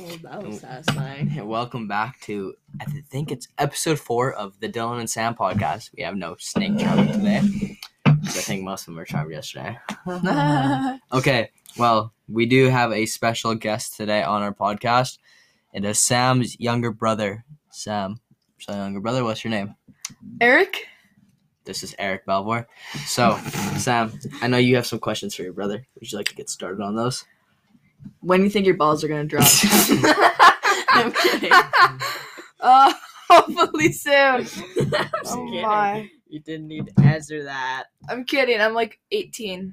Oh, That was satisfying. And welcome back to I th- think it's episode four of the Dylan and Sam podcast. We have no snake charmer today. 'cause I think most of them were charmed yesterday. Okay, well, we do have a special guest today on our podcast. It is Sam's younger brother. Sam, so younger brother, what's your name? Eric? This is Eric Belvoir. So, Sam, I know you have some questions for your brother. Would you like to get started on those? When do you think your balls are gonna drop? I'm kidding. Uh, hopefully soon. Oh kidding. my. You didn't need to answer that. I'm kidding. I'm like 18.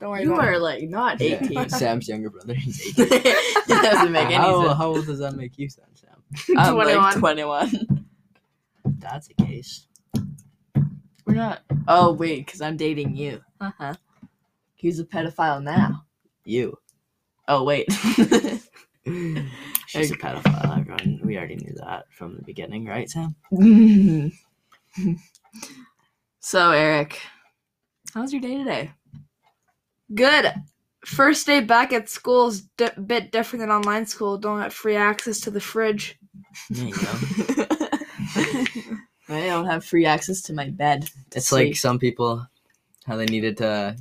Don't worry You about are it. like not 18. Sam's younger brother. He's 18. it doesn't make any how, sense. how old does that make you, Sam? Sam? Oh, I'm like 21. 21. That's the case. We're not. Oh, wait, because I'm dating you. Uh-huh. He's a pedophile now. You. Oh, wait. She's a Okay. pedophile, everyone. We already knew that from the beginning, right, Sam? so, Eric, how's your day today? Good. First day back at school is a bit different than online school. Don't have free access to the fridge. There you go. I don't have free access to my bed. to It's sleep. like some people, how they needed to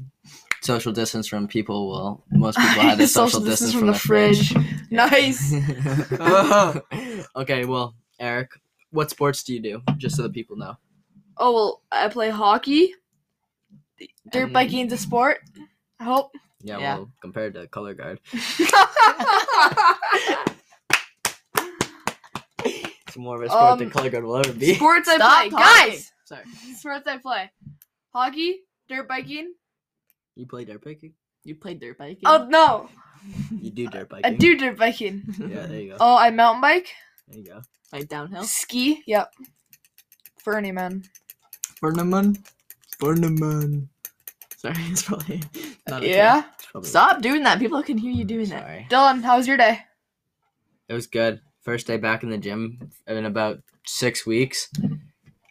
social distance from people. Well, most people had to social, distance from, the fridge. Nice. okay, well, Eric, what sports do you do? Just so the people know. Oh well, I play hockey. Dirt And- biking's a sport. I hope. Yeah, Yeah. well, compared to color guard, it's more of a sport than Um, color guard will ever be. Sports I Stop play, talking. guys. Sorry. Sports I play: hockey, dirt biking. You play dirt biking? You played dirt biking? Oh no, You do dirt I biking. do dirt biking. Yeah, there you go. Oh, I mountain bike, There you go. Like downhill? ski. Yep. Fernie man. Burnaman? Burnaman. Sorry, it's probably. Not okay. yeah. It's probably- Stop doing that. People can hear you doing that. Sorry. Dylan, how was your day? It was good. First day back in the gym in about six weeks.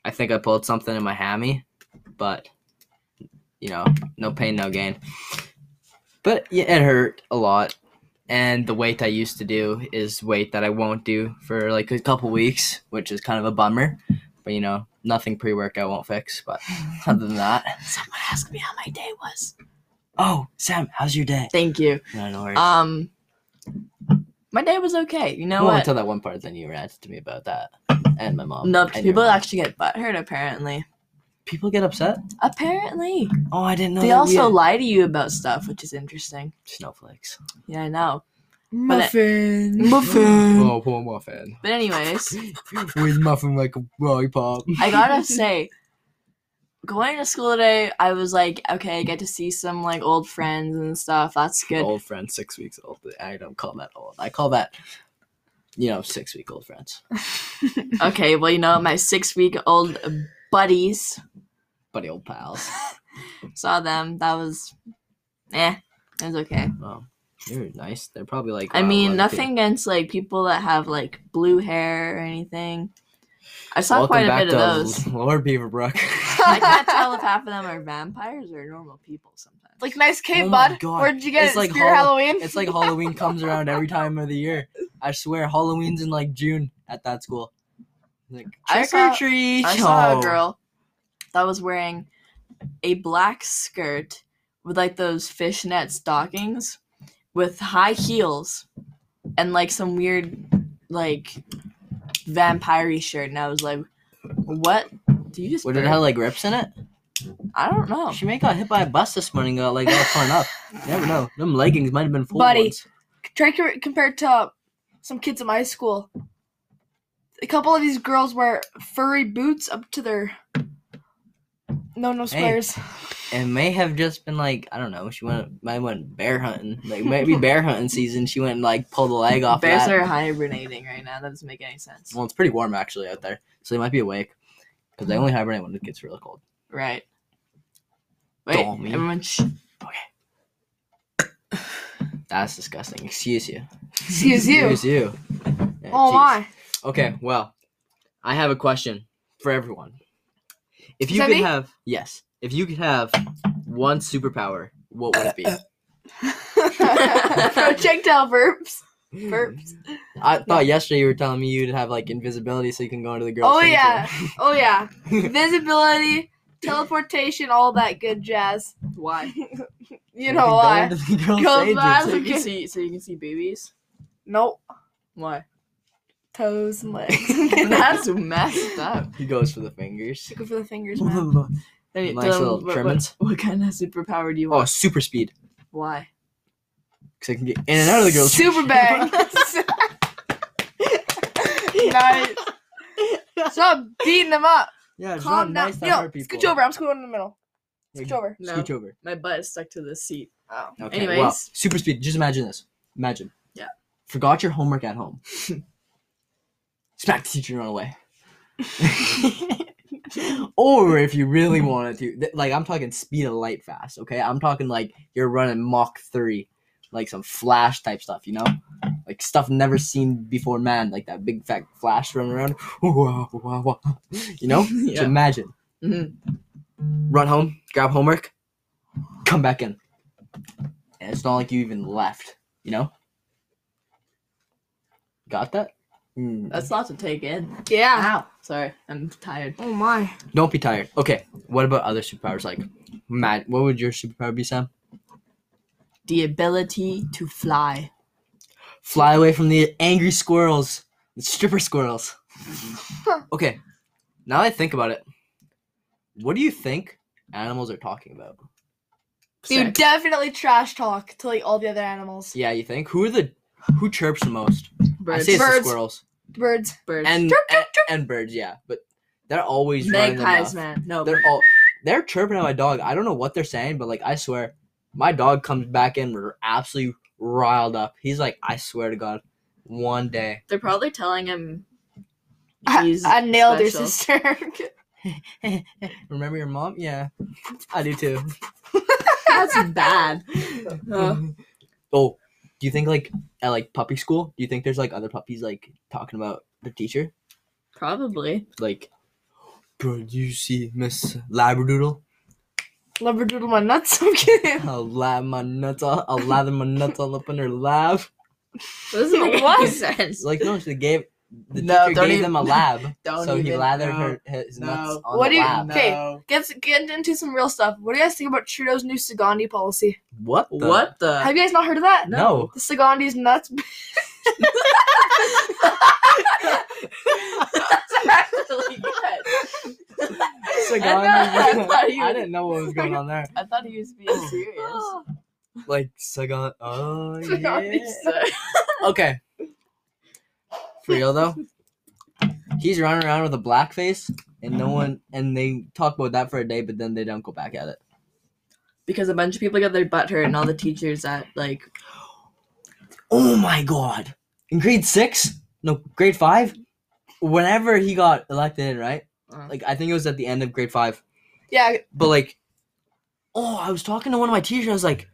I think I pulled something in my hammy, but you know, no pain, no gain. But yeah, it hurt a lot, and the weight I used to do is weight that I won't do for like a couple weeks, which is kind of a bummer. But you know, nothing pre-workout won't fix. But other than that, Someone asked me how my day was. oh Sam, how's your day? Thank you. No, no worries. Um, my day was okay. You know I want what? to tell that one part, then you ranted to me about that, and my mom. No, and your people mom. actually get butthurt. Apparently, people get upset. apparently, Oh, I didn't know. they that we also had- lie to you about stuff, which is interesting. snowflakes. Yeah, I know. But it- Muffin. Oh, poor muffin. But anyways, With muffin like a lollipop. I gotta say, going to school today, I was like, okay, I get to see some like old friends and stuff. That's good. Old friends, six weeks old. I don't call that old. I call that, you know, six week old friends. Okay, well, you know, my six-week-old buddies Buddy old pals. saw them. That was, eh, it was okay. Oh, they're nice. They're probably like. I wow, mean, love you. nothing against like people that have like blue hair or anything. I saw Welcome quite back a bit of those. to Lord Beaverbrook. I can't tell if half of them are vampires or normal people sometimes. Like nice cave, Oh my bud. God. Where did you get It's it? like Spear Hall- Halloween. it's like Halloween comes around every time of the year. I swear, Halloween's in like June at that school. Like, I trick saw- or treat. I saw Oh. a girl that was wearing a black skirt with like those fishnet stockings with high heels and like some weird like vampire shirt and I was like what do you just What did it burp? have like rips in it? I don't know. She may got hit by a bus this morning. Got like all torn up. You never know. Them leggings might have been full Buddy. ones. try to compare it to uh, some kids in my school. A couple of these girls wear furry boots up to their no no squares. It may have just been like I don't know. She went might went bear hunting. Like maybe bear hunting season. She went and, like pulled a leg off. Bears that. are hibernating right now. That doesn't make any sense. Well, it's pretty warm actually out there, so they might be awake. Because they only hibernate when it gets really cold. Right. Wait, Dummy. everyone. Sh- That's disgusting. Excuse you. Excuse you. Excuse you. Yeah, Oh jeez. my. Okay, well, I have a question for everyone. If Is you that could me? have yes, if you could have one superpower, what would it be? Projectile verbs. Burps. I thought yesterday you were telling me you'd have like invisibility so you can go into the girls. Oh, yeah. Oh yeah, visibility, teleportation, all that good jazz. Why? You know why? Girls' so bathroom. you can see, so you can see babies. Nope. Why? Toes and legs. That's messed up. He goes for the fingers. Just go for the fingers, man. Hey, Nice little what- what- trimmings. What, kind of superpower do you want? Oh, super speed. Why? Because I can get in and out of the girls. Super bang. nice. Stop beating them up. yeah, it's Calm not down. nice to Yo, hurt people. scooch over. I'm scooching in the middle. Yeah, Scooch over. No. Scooch over. My butt is stuck to the seat. Oh. Okay. Anyways. Wow. Super speed. Just imagine this. Imagine. Yeah. Forgot your homework at home. Smack the teacher and run away. or if you really wanted to, th- like I'm talking speed of light fast. Okay, I'm talking like you're running Mach three, like some flash type stuff. You know, like stuff never seen before man, like that big fat flash running around. Wow, wow, wow. You know, Yeah. so imagine. Mhm. Run home, grab homework, come back in. And it's not like you even left, you know? Got that? Mm. Hmm, That's not to take in. Yeah. Ow. Sorry, I'm tired. Oh my. Don't be tired. Okay, what about other superpowers? Like, Matt, what would your superpower be, Sam? The ability to fly. Fly away from the angry squirrels, the stripper squirrels. okay, now that I think about it, what do you think animals are talking about? You Sex. definitely trash talk to like all the other animals. Yeah, you think? Who are the who chirps the most? I birds. say it's the Birds. squirrels Birds. birds. and, Chirp, chirp, and and birds. Yeah, but they're always running their magpies, mouth. man. No, They're all they're chirping at my dog. I don't know what they're saying, but like I swear, my dog comes back in r- absolutely riled up. He's like, I swear to God, one day. they're probably telling him. I, he's I nailed special. your sister. Remember your mom? Yeah, I do too. That's bad. Uh, oh, do you think like at like puppy school? Do you think there's like other puppies like talking about the teacher? probably. Like, bro, do you see Miss Labradoodle? Labradoodle my nuts. I'm kidding. I'll lather my nuts all, I'll lather my nuts all up in her lab. Doesn't make any What? It's sense. Like no, she gave the No, teacher don't gave even- them a lab. don't so he even- lathered no, her his no. nuts on What the do you- lab. Okay. Get get into some real stuff. What do you guys think about Trudeau's new Sagandi policy? What? the- What the? Have you guys not heard of that? No. The Sagandi's nuts. That's actually good. Sagani- I know, I thought you- I didn't know what was going on there. I thought he was being serious. Like Sagan. Oh Sagani. yeah. Okay. For real though, he's running around with a black face, and no one, and they talk about that for a day, but then they don't go back at it. because a bunch of people got their butt hurt, and all the teachers at like Oh my god. In grade six? No, grade five? Whenever he got elected in, right? Uh. Like I think it was at the end of grade five. yeah. But like Oh, I was talking to one of my teachers, I was like,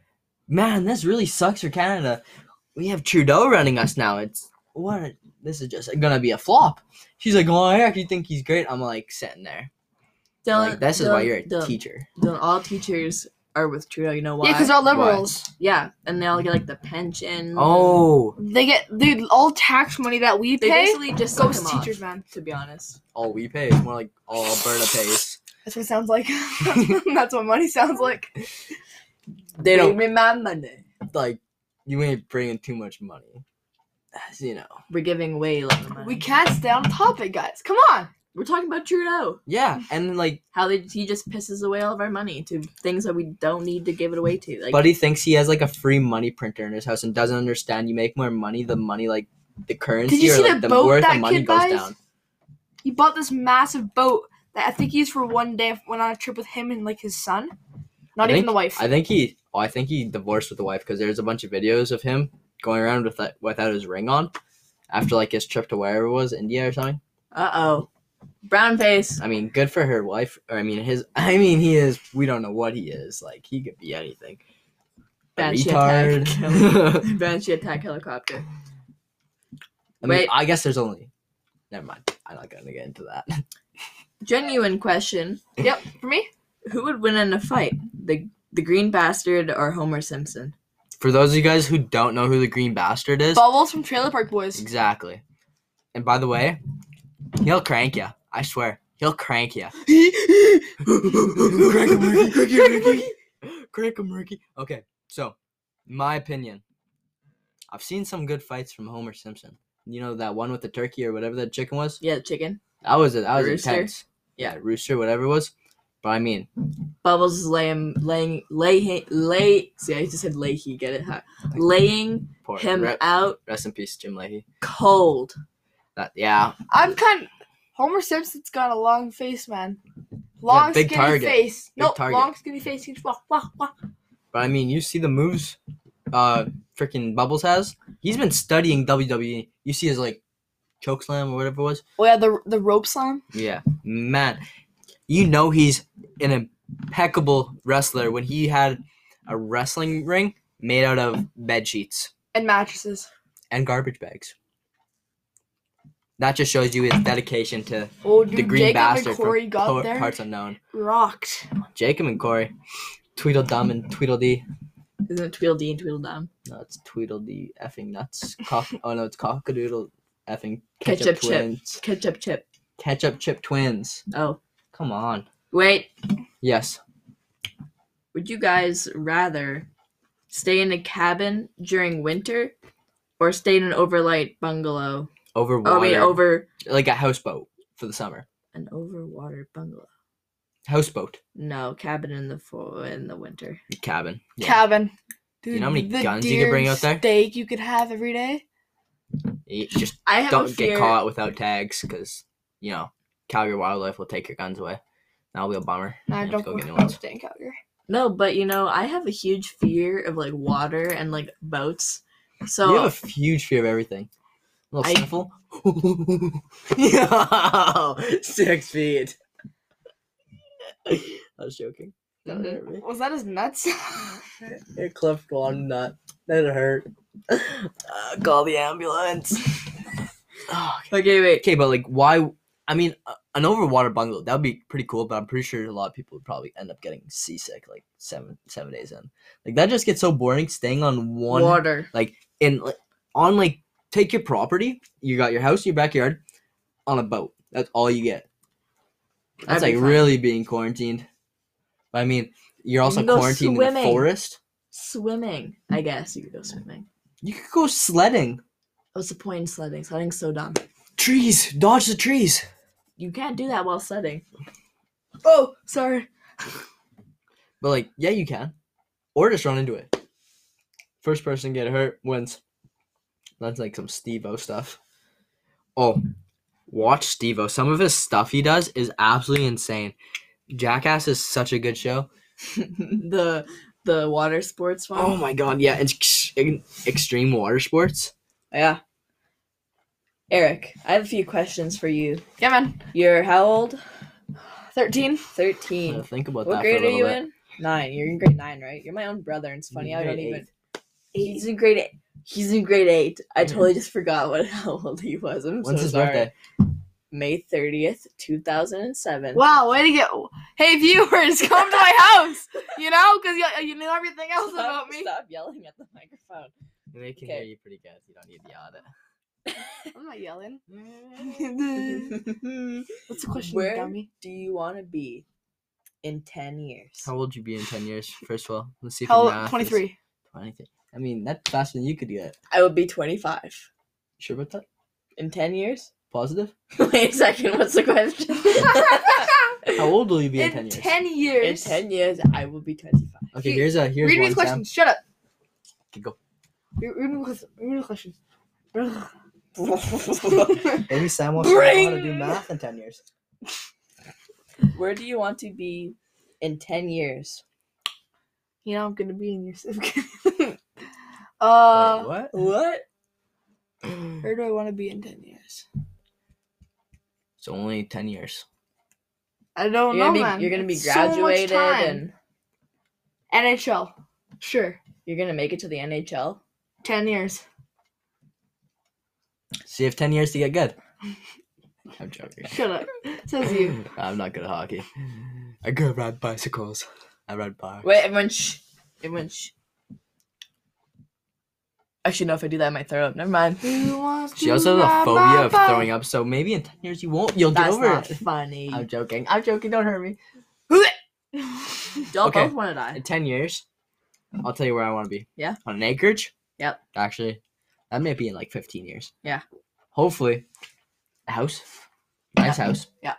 Man, this really sucks for Canada. We have Trudeau running us now. It's what a- this is just gonna be a flop. She's like, Oh, I actually think he's great. I'm like sitting there. Dylan. like, this is why Dylan- you're a Dylan- teacher. Dylan, all teachers are with Trudeau. You know why? Yeah, because they're all liberals. Yeah, and they all get like the pension. Oh, They get dude all tax money that we they pay basically just suck goes them to off, teachers, man. To be honest, all we pay is more like all Alberta pays. That's what it sounds like. That's what money sounds like. They don't remember me. like you ain't bringing too much money. As you know. We're giving way lot of money. We can't stay on topic, guys. Come on. We're talking about Trudeau. Yeah, and like How they, he just pisses away all of our money to things that we don't need to give it away to. Like Buddy thinks he has like a free money printer in his house and doesn't understand you make more money the money like the currency Did you or see like the the boat worth that of money kid goes buys? down. He bought this massive boat that I think he used for one day. Went on a trip with him and like his son, not I even think- the wife. I think he oh, I think he divorced with the wife because there's a bunch of videos of him going around with that, without his ring on after like his trip to wherever it was, India or something. uh oh, brown face. I mean, good for her wife. Or I mean his I mean he is we don't know what he is. Like he could be anything. A Bad shit, retard. Banshee attack helicopter. I mean, Wait. I guess there's only. Never mind. I'm not gonna get into that. Genuine question: yep, for me, Who would win in a fight, the the Green Bastard or Homer Simpson? For those of you guys who don't know who the Green Bastard is, Bubbles from Trailer Park Boys. exactly. And by the way, he'll crank ya. I swear, he'll crank ya. crank him, Ricky. Crank him, Ricky. Crank him, Ricky. Okay, so my opinion. I've seen some good fights from Homer Simpson. You know that one with the turkey or whatever that chicken was. Yeah, the chicken. That was it. That was Rooster? intense. Yeah. rooster, whatever it was. But I mean, Bubbles is laying, laying, lay, lay. See, I just said lay. He get it? Huh? Laying poor, him re- out rest in peace, Jim Leahy. cold. That yeah, I'm kind. Homer Simpson's got a long face, man. Long big skinny target. face. No, target. long skinny face. He's wah, wah, wah. But I mean, you see the moves, uh, freaking Bubbles has. He's been studying WWE. You see his like choke slam or whatever it was. Oh yeah, the the rope slam. Yeah, man, you know he's an impeccable wrestler when he had a wrestling ring made out of bed sheets and mattresses. and garbage bags. That just shows you his dedication to Oh, dude, the Green Jacob Bastard and from Corey got Po- there parts unknown. rocked. Jacob and Corey, Tweedledum and Tweedledee. Isn't it Tweedledee and Tweedledum? No, it's Tweedledee effing nuts. Cock- oh no, it's Cockadoodle effing ketchup, Ketchup chip. twins. Ketchup chip. Ketchup chip twins. Oh, Come on. wait. Yes. Would you guys rather stay in a cabin during winter or stay in an overlight bungalow? Over water. Oh, I mean, over like a houseboat for the summer. an overwater bungalow. Houseboat No, cabin in the fall in the winter. cabin. Yeah. Cabin. Dude, You know how many the guns you could deer bring out there? Steak you could have every day. You E, just I have a don't fear. get caught without tags because, you know, Calgary wildlife will take your guns away. That'll be a bummer. Nah, You have to don't go go get new ones. stay in Calgary. No, but you know, I have a huge fear of like water and like boats. So You have a huge fear of everything. little I- sniffle. Yo, six feet. I was joking. That hurt me. Was that his nuts? It clipped one nut. That hurt. Uh, call the ambulance. okay. okay, wait. okay, but like, why? I mean, uh, an overwater bungalow that would be pretty cool, but I'm pretty sure a lot of people would probably end up getting seasick like seven seven days in. Like that just gets so boring. Staying on one water. and like, on like take your property. You got your house, your backyard, on a boat. That's all you get. That's That'd be like fun. really being quarantined. I mean, you're also can go quarantined in the swimming. forest. Swimming. I guess you could go swimming. You could go sledding. What's the point in sledding? Sledding's so dumb. Trees, dodge the trees. You can't do that while sledding. oh, sorry. But like, yeah, you can, or just run into it. First person get hurt wins. That's like some Steve-O stuff. Oh, watch Steve-O. Some of his stuff he does is absolutely insane. Jackass is such a good show. the the water sports one. Oh my god, yeah, and ex- in- extreme water sports. Yeah. Eric, I have a few questions for you. Yeah, man. You're how old? 13. 13. Gotta think about what that. grade for a are you little bit. in? Nine. You're in grade nine, right? You're my own brother, and it's funny. I don't Grade even. Mm. He's in grade eight. He's in grade eight. I totally just forgot what how old he was. I'm When's so his sorry. birthday? May 30th, 2007. Wow, way to get. Hey, viewers, come to my house. You know, because you, you know everything else Stop, about me. stop yelling at the microphone. They can Okay. hear you pretty good. You don't need the audit. I'm not yelling. What's the question, question, you Where? dummy? Do you want to be in 10 years? How old you be in ten years? First of all, let's see. If How old? 23. Twenty-three. I mean, that's faster than you could get. I would be 25. Sure about that? In 10 years? Positive. Wait a second, what's the question? How old will you be in, ten in years? 10 in years. 10 years, I will be 25. Okay, He- here's a here's Read me one. the Sam. questions. Shut up. Okay, go. Read read me the question. Read me the question. Maybe Sam wants to know how to do Bring- math in ten years. Where do you want to be in 10 years? you know, I'm Uh, going to be in your. uh, Uh, Wait, what? What? where do I want to be in 10 years? It's only ten years. I You're don't know, gonna, be, man. you're gonna be It's so much graduated time. and NHL. Sure. you're gonna make it to the NHL. 10 years. So you have ten years to get good. I'm joking. Shut up. Says you. I'm not good at hockey. I go ride bicycles. I ride bikes. Wait, everyone shh. Everyone shh. Actually, no. If I do that, I might throw up. Never mind. Who wants She to also has a ride my phobia of bike? throwing up, so maybe in ten years you won't. You'll That's get over not it. funny. I'm joking. I'm joking. Don't hurt me. Y'all Okay. both want to die. In Uh, ten years, I'll tell you where I want to be. Yeah. On an acreage. Yep. Actually, that may be in like fifteen years. Yeah. Hopefully, a house, nice house. Yeah.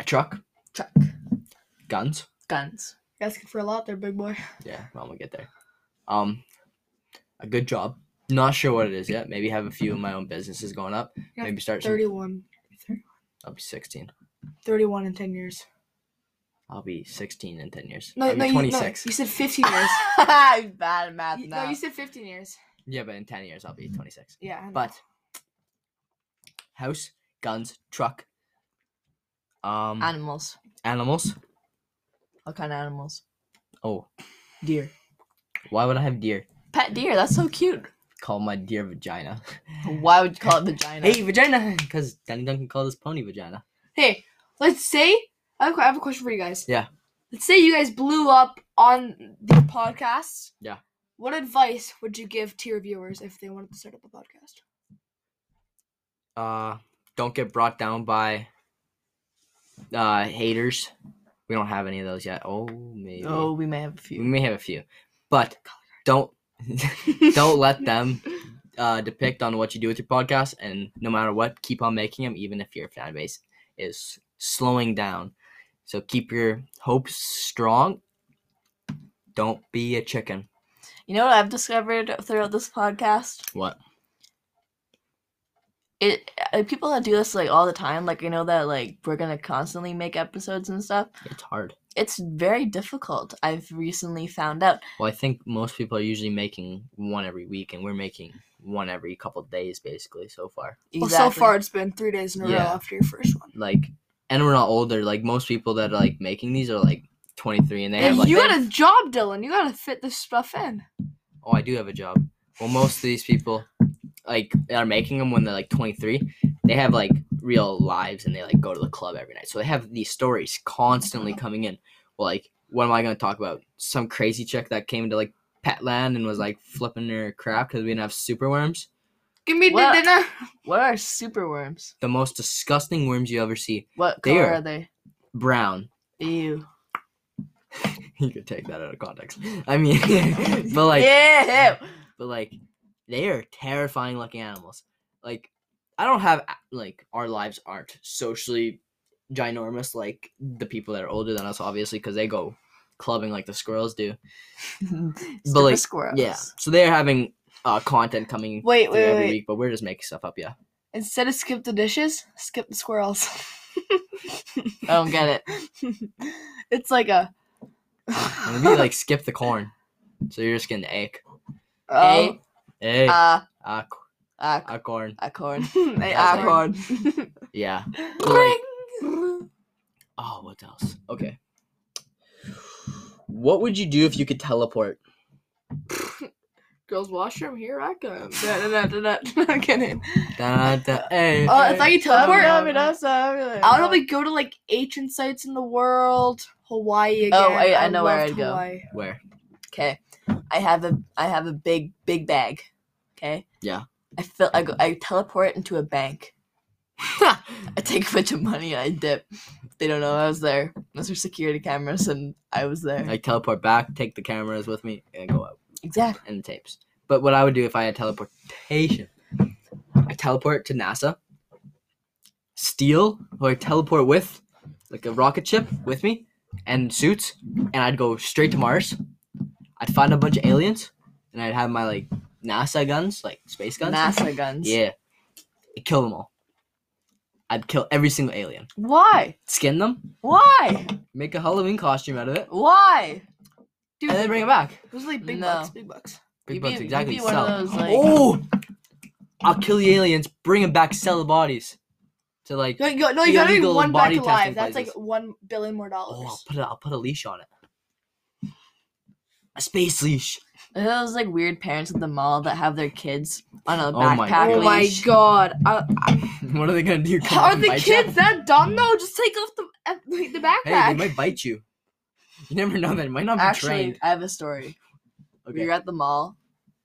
A truck, Truck, guns. guns. You're asking for a lot there, big boy. Yeah. Well, we'll get there. Um, a good job. Not sure what it is yet. Maybe have a few of my own businesses going up. Yeah, Maybe start. Some, 31. I'll be sixteen. 31 in 10 years. I'll be sixteen in ten years. No, I'm no, you, no, twenty-six. you said 15 years. I'm bad at math You- now. no, you said 15 years. Yeah, but in 10 years, I'll be 26. Yeah. I know. But house, guns, truck, um, animals. animals. What kind of animals? Oh, Deer. why would I have deer? Pet deer. That's so cute. Call my deer vagina. Why would you call it vagina? hey, vagina! Because Danny Duncan called this pony vagina. Hey, let's say I have, a que- I have a question for you guys. Yeah. Let's say you guys blew up on the podcast. Yeah. What advice would you give to your viewers if they wanted to start up a podcast? Uh, don't get brought down by uh haters. We don't have any of those yet. Oh, maybe. Oh, we may have a We few. may have a few, but don't don't let them uh, depict on what you do with your podcast. And no matter what, keep on making them, even if your fan base is slowing down. So keep your hopes strong. Don't be a chicken. You know what I've discovered throughout this podcast? What? It uh, people that do this like all the time, like you know that like we're gonna constantly make episodes and stuff. It's hard. It's very difficult. I've recently found out. Well, I think most people are usually making one every week, and we're making one every couple days, basically, Oh, so far. Well, so far it's been three days in a row Yeah. after your first one. Like, and we're not older. Like, most people that are like making these are like 23 and they Hey, have like you got a job, Dylan. You got to fit this stuff in. oh, I do have a job. Well, most of these people, like, that are making them when they're like 23. They have like real lives and they like go to the club every night. So they have these stories constantly coming in. Well, like, what am I going to talk about? Some crazy chick that came into like Petland and was like flipping her crap because we didn't have superworms. Give me What? the dinner. What are super worms? The most disgusting worms you ever see. What They color are- are they? Brown. Ew. You could take that out of context. I mean, but like, yeah. but like they are terrifying looking animals. Like I don't have like our lives aren't socially ginormous like the people that are older than us obviously because they go clubbing like the squirrels do. Super like, squirrels. Yeah, so they're having uh, content coming Wait, through wait, every wait. week, but we're just making stuff up. Yeah, Instead of skip the dishes, skip the squirrels. Oh, I don't get it. it's like a. and we like skip the corn, so you're just getting the egg. Oh. Egg, Uh, ah, c- uh, ah, corn. acorn. Hey, That's Aqua. Acorn. Yeah. So, like, oh, what else? Okay. What would you do if you could teleport? Girls' washroom, here I come. Da, da, da, da, da. I'm kidding. Da, da, eh. Oh, it's like you teleport. I I would would probably probably go to like ancient sites in the world, Hawaii again. Oh, I- I know where loved I'd go. Hawaii. Where? Okay, I have a I have a big big bag. Okay. Yeah. I fill I go I teleport into a bank. I take a bunch of money and I dip. They don't know I was there. Those are security cameras and I was there. I teleport back, take the cameras with me, and go out exactly. and the tapes. But what I would do if I had teleportation, I teleport to NASA, steal or teleport with, like a rocket ship with me, and suits, and I'd go straight to Mars. I'd find a bunch of aliens, and I'd have my like NASA guns, like space guns. NASA guns. Yeah, I'd kill them all. I'd kill every single alien, Why? skin them, Why? make a Halloween costume out of it, Why? Dude, and then bring it back. those are like big No. bucks, big bucks. Big You'd bucks, be- you'd exactly. be one of sell. those, like- oh, I'll kill the aliens, bring them back, sell the bodies to like. You, you, no, you gotta be Illegal one back body testing alive. That's like places. one billion more dollars. Oh, I'll put a, I'll put a leash on it. A space leash. Are Those like weird parents at the mall that have their kids on a Oh my backpack goodness. Oh my leash. god! Uh, what are they gonna do? Come are and the bite kids You? that dumb? No, just take off the uh, the Hey, backpack. they might bite you. You never know. They might not be Actually, trained. I have a story. Okay. We were at the mall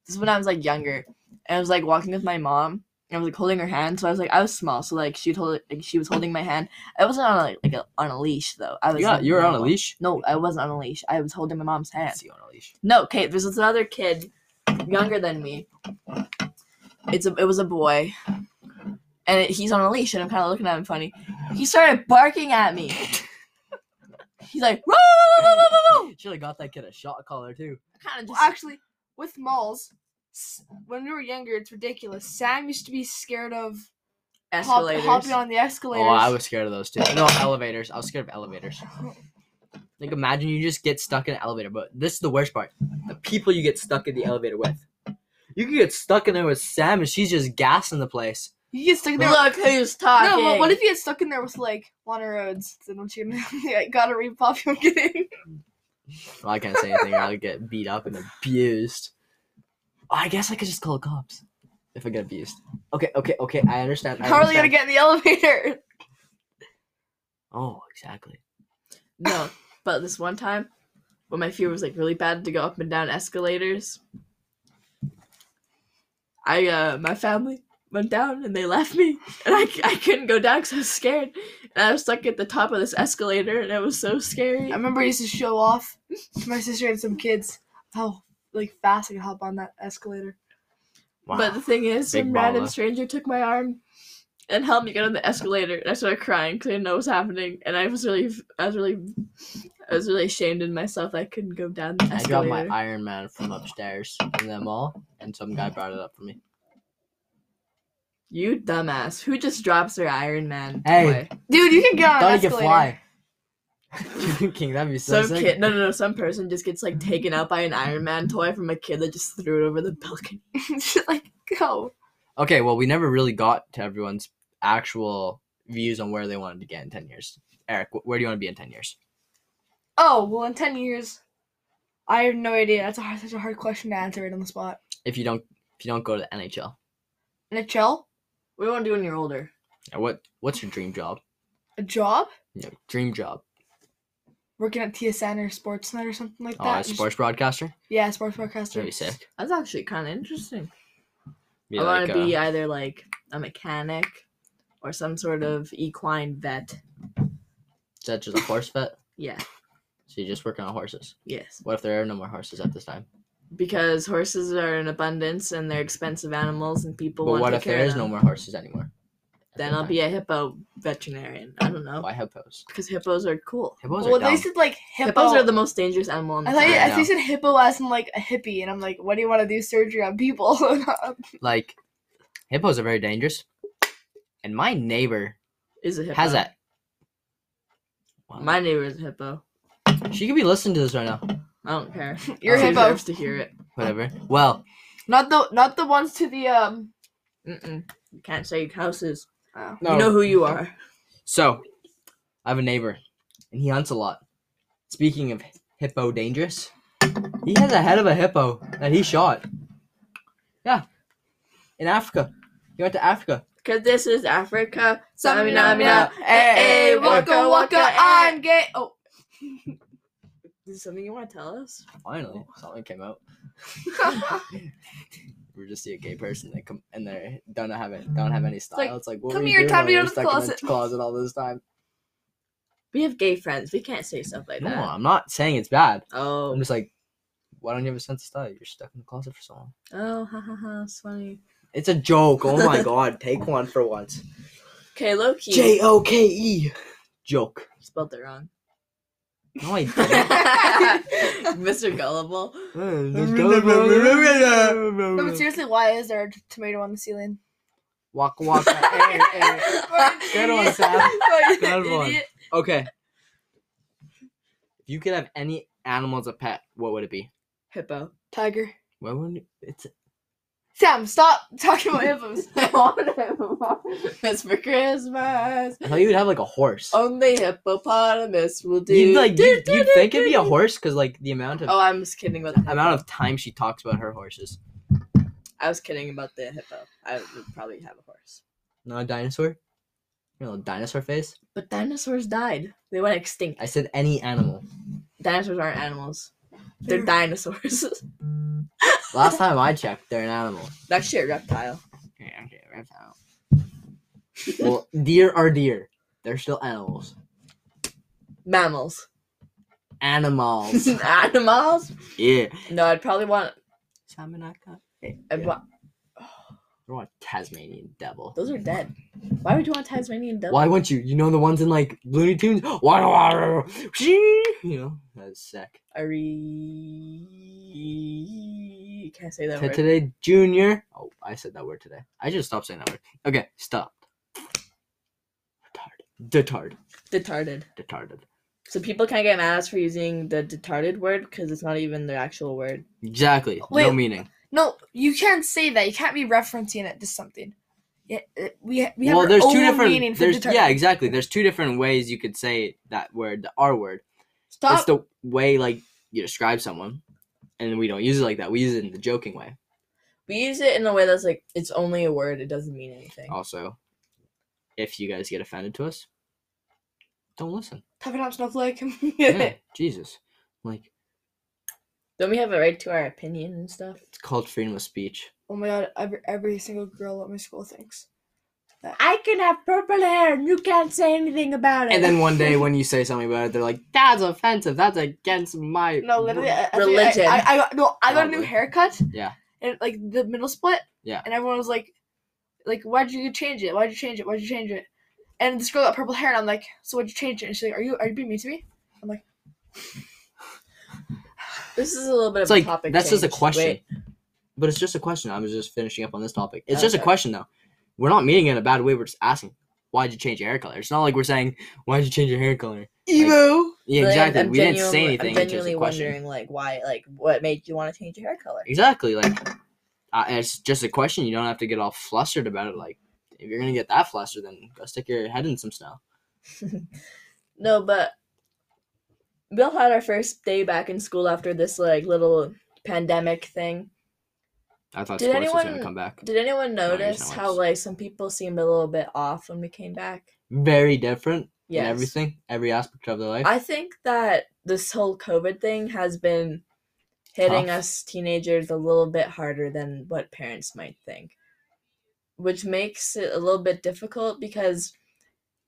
This is when I was like younger, and I was like walking with my mom, and I was like holding her hand. So I was like, I was small, so like she told, like she was holding my hand. I wasn't on like, like a, on a leash though. I was. Yeah, like, you were on a normal. leash. No, I wasn't on a leash. I was holding my mom's hand. you on a leash. No, Kate, there's this another kid younger than me. It's a, it was a boy. And it, he's on a leash, and I'm kind of looking at him funny. He started barking at me. he's like, whoa, Should have got that kid a shot collar too. kind of Well, just. actually, with malls, s- when we were younger, it's ridiculous. Sam used to be scared of hop- escalators. hopping on the escalators. Oh, I was scared of those too. No elevators. I was scared of elevators. Like imagine you just get stuck in an elevator, but this is the worst part: the people you get stuck in the elevator with. You can get stuck in there with Sam, and she's just gassing the place. You get stuck in there. eh." Look who's talking. No, but what if you get stuck in there with like Lana Rhodes? Then don't you I gotta repop your getting? Well, I can't say anything. I'll get beat up and abused. I guess I could just call the cops if I get abused. Okay, okay, okay. I understand. I How are they gonna understand. get in the elevator? Oh, exactly. No, but this one time when my fear was like really bad to go up and down escalators, I uh my family went down and they left me, and I, I couldn't go down because I was scared, and I was stuck at the top of this escalator, and it was so scary. I remember I used to show off to my sister and some kids how like fast I could hop on that escalator. Wow. But the thing is, Big some random mama. stranger took my arm and helped me get on the escalator, and I started crying because I didn't know what was happening, and I was really I was really I was really ashamed in myself. I couldn't go down the I escalator. got my Iron Man from upstairs in the mall, and some guy brought it up for me. You dumbass. Who just drops their Iron Man Hey. toy? Dude, you can get on Oh, an Thought he could escalator. fly. King, that'd be so Some sick. kid no no no, some person just gets like taken out by an Iron Man toy from a kid that just threw it over the balcony. like go. Okay, well, we never really got to everyone's actual views on where they wanted to get in ten years. Eric, wh- where do you want to be in ten years? Oh well, in ten years, I have no idea. That's a hard, such a hard question to answer right on the spot. If you don't, if you don't go to the NHL, NHL, What do you want to do when you're older? Now, what what's your dream job? a job, You know, dream job. working at TSN or Sportsnet or something like Oh, that. a Just- sports broadcaster. yeah, sports broadcaster. That'd be sick. That's actually kinda interesting. Be I wanna like, be uh, either like a mechanic or some sort of equine vet. is that just a horse vet? Yeah, So you're just working on horses. yes. What if there are no more horses at this time? Because horses are in abundance and they're expensive animals and people but want what to if care there is them. no more horses anymore? At Then that I'll time? Oh, be a hippo veterinarian. I don't know. Why hippos? Because hippos are cool. Hippos well, are dumb. they said like hippo. Hippos are the most dangerous animal on the I thought you, Yeah, I I know. thought you said hippo as in like a hippie, and I'm like, what do you want to do surgery on people? like hippos are very dangerous. And my neighbor is a hippo. has that. Wow. My neighbor is a hippo. she could be listening to this right now. I don't care. You're a she hippo, deserves to hear it. Whatever. Well, not the not the ones to the um. Mm-mm. You can't say houses. oh. You know who you are. So, I have a neighbor, and he hunts a lot. Speaking of hippo dangerous, he has a head of a hippo that he shot. Yeah, in Africa. He went to Africa. Cause this is Africa. Samina, Samina, mina, eh, eh, waka, waka, eh. I'm gay. Oh, Is this something you want to tell us? Finally, something came out. We just see a gay person that come and they don't have it, don't have any style. like, It's like, what "Come were you here, doing time when to you go were to the stuck in closet." closet all this time. We have gay friends. We can't say stuff like No, that. I'm not saying it's bad. I'm Oh. just like, why don't you have a sense of style? You're stuck in the closet for so long. Oh, ha ha ha. It's funny. It's a joke. Oh my god, take one for once. Okay, low key. J O K E. Joke. Spelled it wrong. No, I Mr. Gullible. no, but seriously, why is there a t- tomato on the ceiling? Walk, walk. eh, eh. Good one, Sam. Good one. Idiot. Okay. If you could have any animal as a pet, what would it be? Hippo. Tiger. What would it- it's Sam, stop talking about hippos. I want hippopotamus. It's for Christmas. I thought you would have like a horse. Only hippopotamus will do. you like you Do, do, you do, think it'd be a do. horse because like the amount of Oh, I'm just kidding about the hippo. amount of time she talks about her horses. I was kidding about the hippo. I would probably have a horse. Not a dinosaur. You know, dinosaur face. But dinosaurs died. They went extinct. I said any animal. Dinosaurs aren't animals. They're They're- dinosaurs. Last time I checked, they're an animal. That shit reptile. Yeah, okay, reptile. well, deer are deer. They're still animals. Mammals. Animals. Animals? yeah. No, I'd probably want. Salmonaka. I'd Yeah. wa- I want a Tasmanian devil. those are dead. Why would you want Tasmanian devil? Why wouldn't you? You know the ones in like Looney Tunes? Wah, You know, that's sick. Are we? Can I say that To word? today, Junior. Oh, I said that word today. I should stop saying that word. Okay, stop. Retard. Detard. Detarded. Detarded. So people kind of get mad at us for using the detarded word because it's not even the actual word. Exactly. no Wait. meaning. No, you can't say that. You can't be referencing it to something. Yeah, uh, we we have well, our there's own two meaning different. for There's, determine. yeah, exactly. There's two different ways you could say that word, the R word. It's Stop. the way like you describe someone, and we don't use it like that. We use it in the joking way. We use it in a way that's like it's only a word; it doesn't mean anything. Also, if you guys get offended to us, don't listen. Tough it up, snowflake. Yeah, Jesus, like Don't we have a right to our opinion and stuff? it's called freedom of speech. Oh my god, every, every single girl at my school thinks. I can have purple hair, and you can't say anything about it. And then one day when you say something about it, they're like, "That's offensive. That's against my." No, literally, I, I think I- Religion. I, I, got no, I got a new Probably. haircut. Yeah. And like the middle split. Yeah. And everyone was like, like, why'd you change it? Why'd you change it? Why'd you change it? And this girl got purple hair, and I'm like, so why'd you change it? And she's like, are you are you being mean to me? this is a little bit It's of like a topic. that's just a change. question. Wait, But it's just a question. I was just finishing up on this topic. It's just a Okay. question though. We're not meaning it in a bad way. We're just asking, why'd you change your hair color? It's not like we're saying, why'd you change your hair color? Emo. Yeah, like, exactly. I'm we didn't say genuinely- anything. I'm it's just genuinely a question. wondering, like, why, like, what made you want to change your hair color? Exactly. Like, uh, it's just a question. You don't have to get all flustered about it. Like, if you're gonna get that flustered, then go stick your head in some snow. No, but we all had our first day back in school after this like little pandemic thing. I thought Did sports was gonna anyone- come back. Did anyone I guess notice not how much. like some people seemed a little bit off when we came back? Very different Yes. in everything, every aspect of their life. I think that this whole COVID thing has been hitting Tough. us teenagers a little bit harder than what parents might think, which makes it a little bit difficult because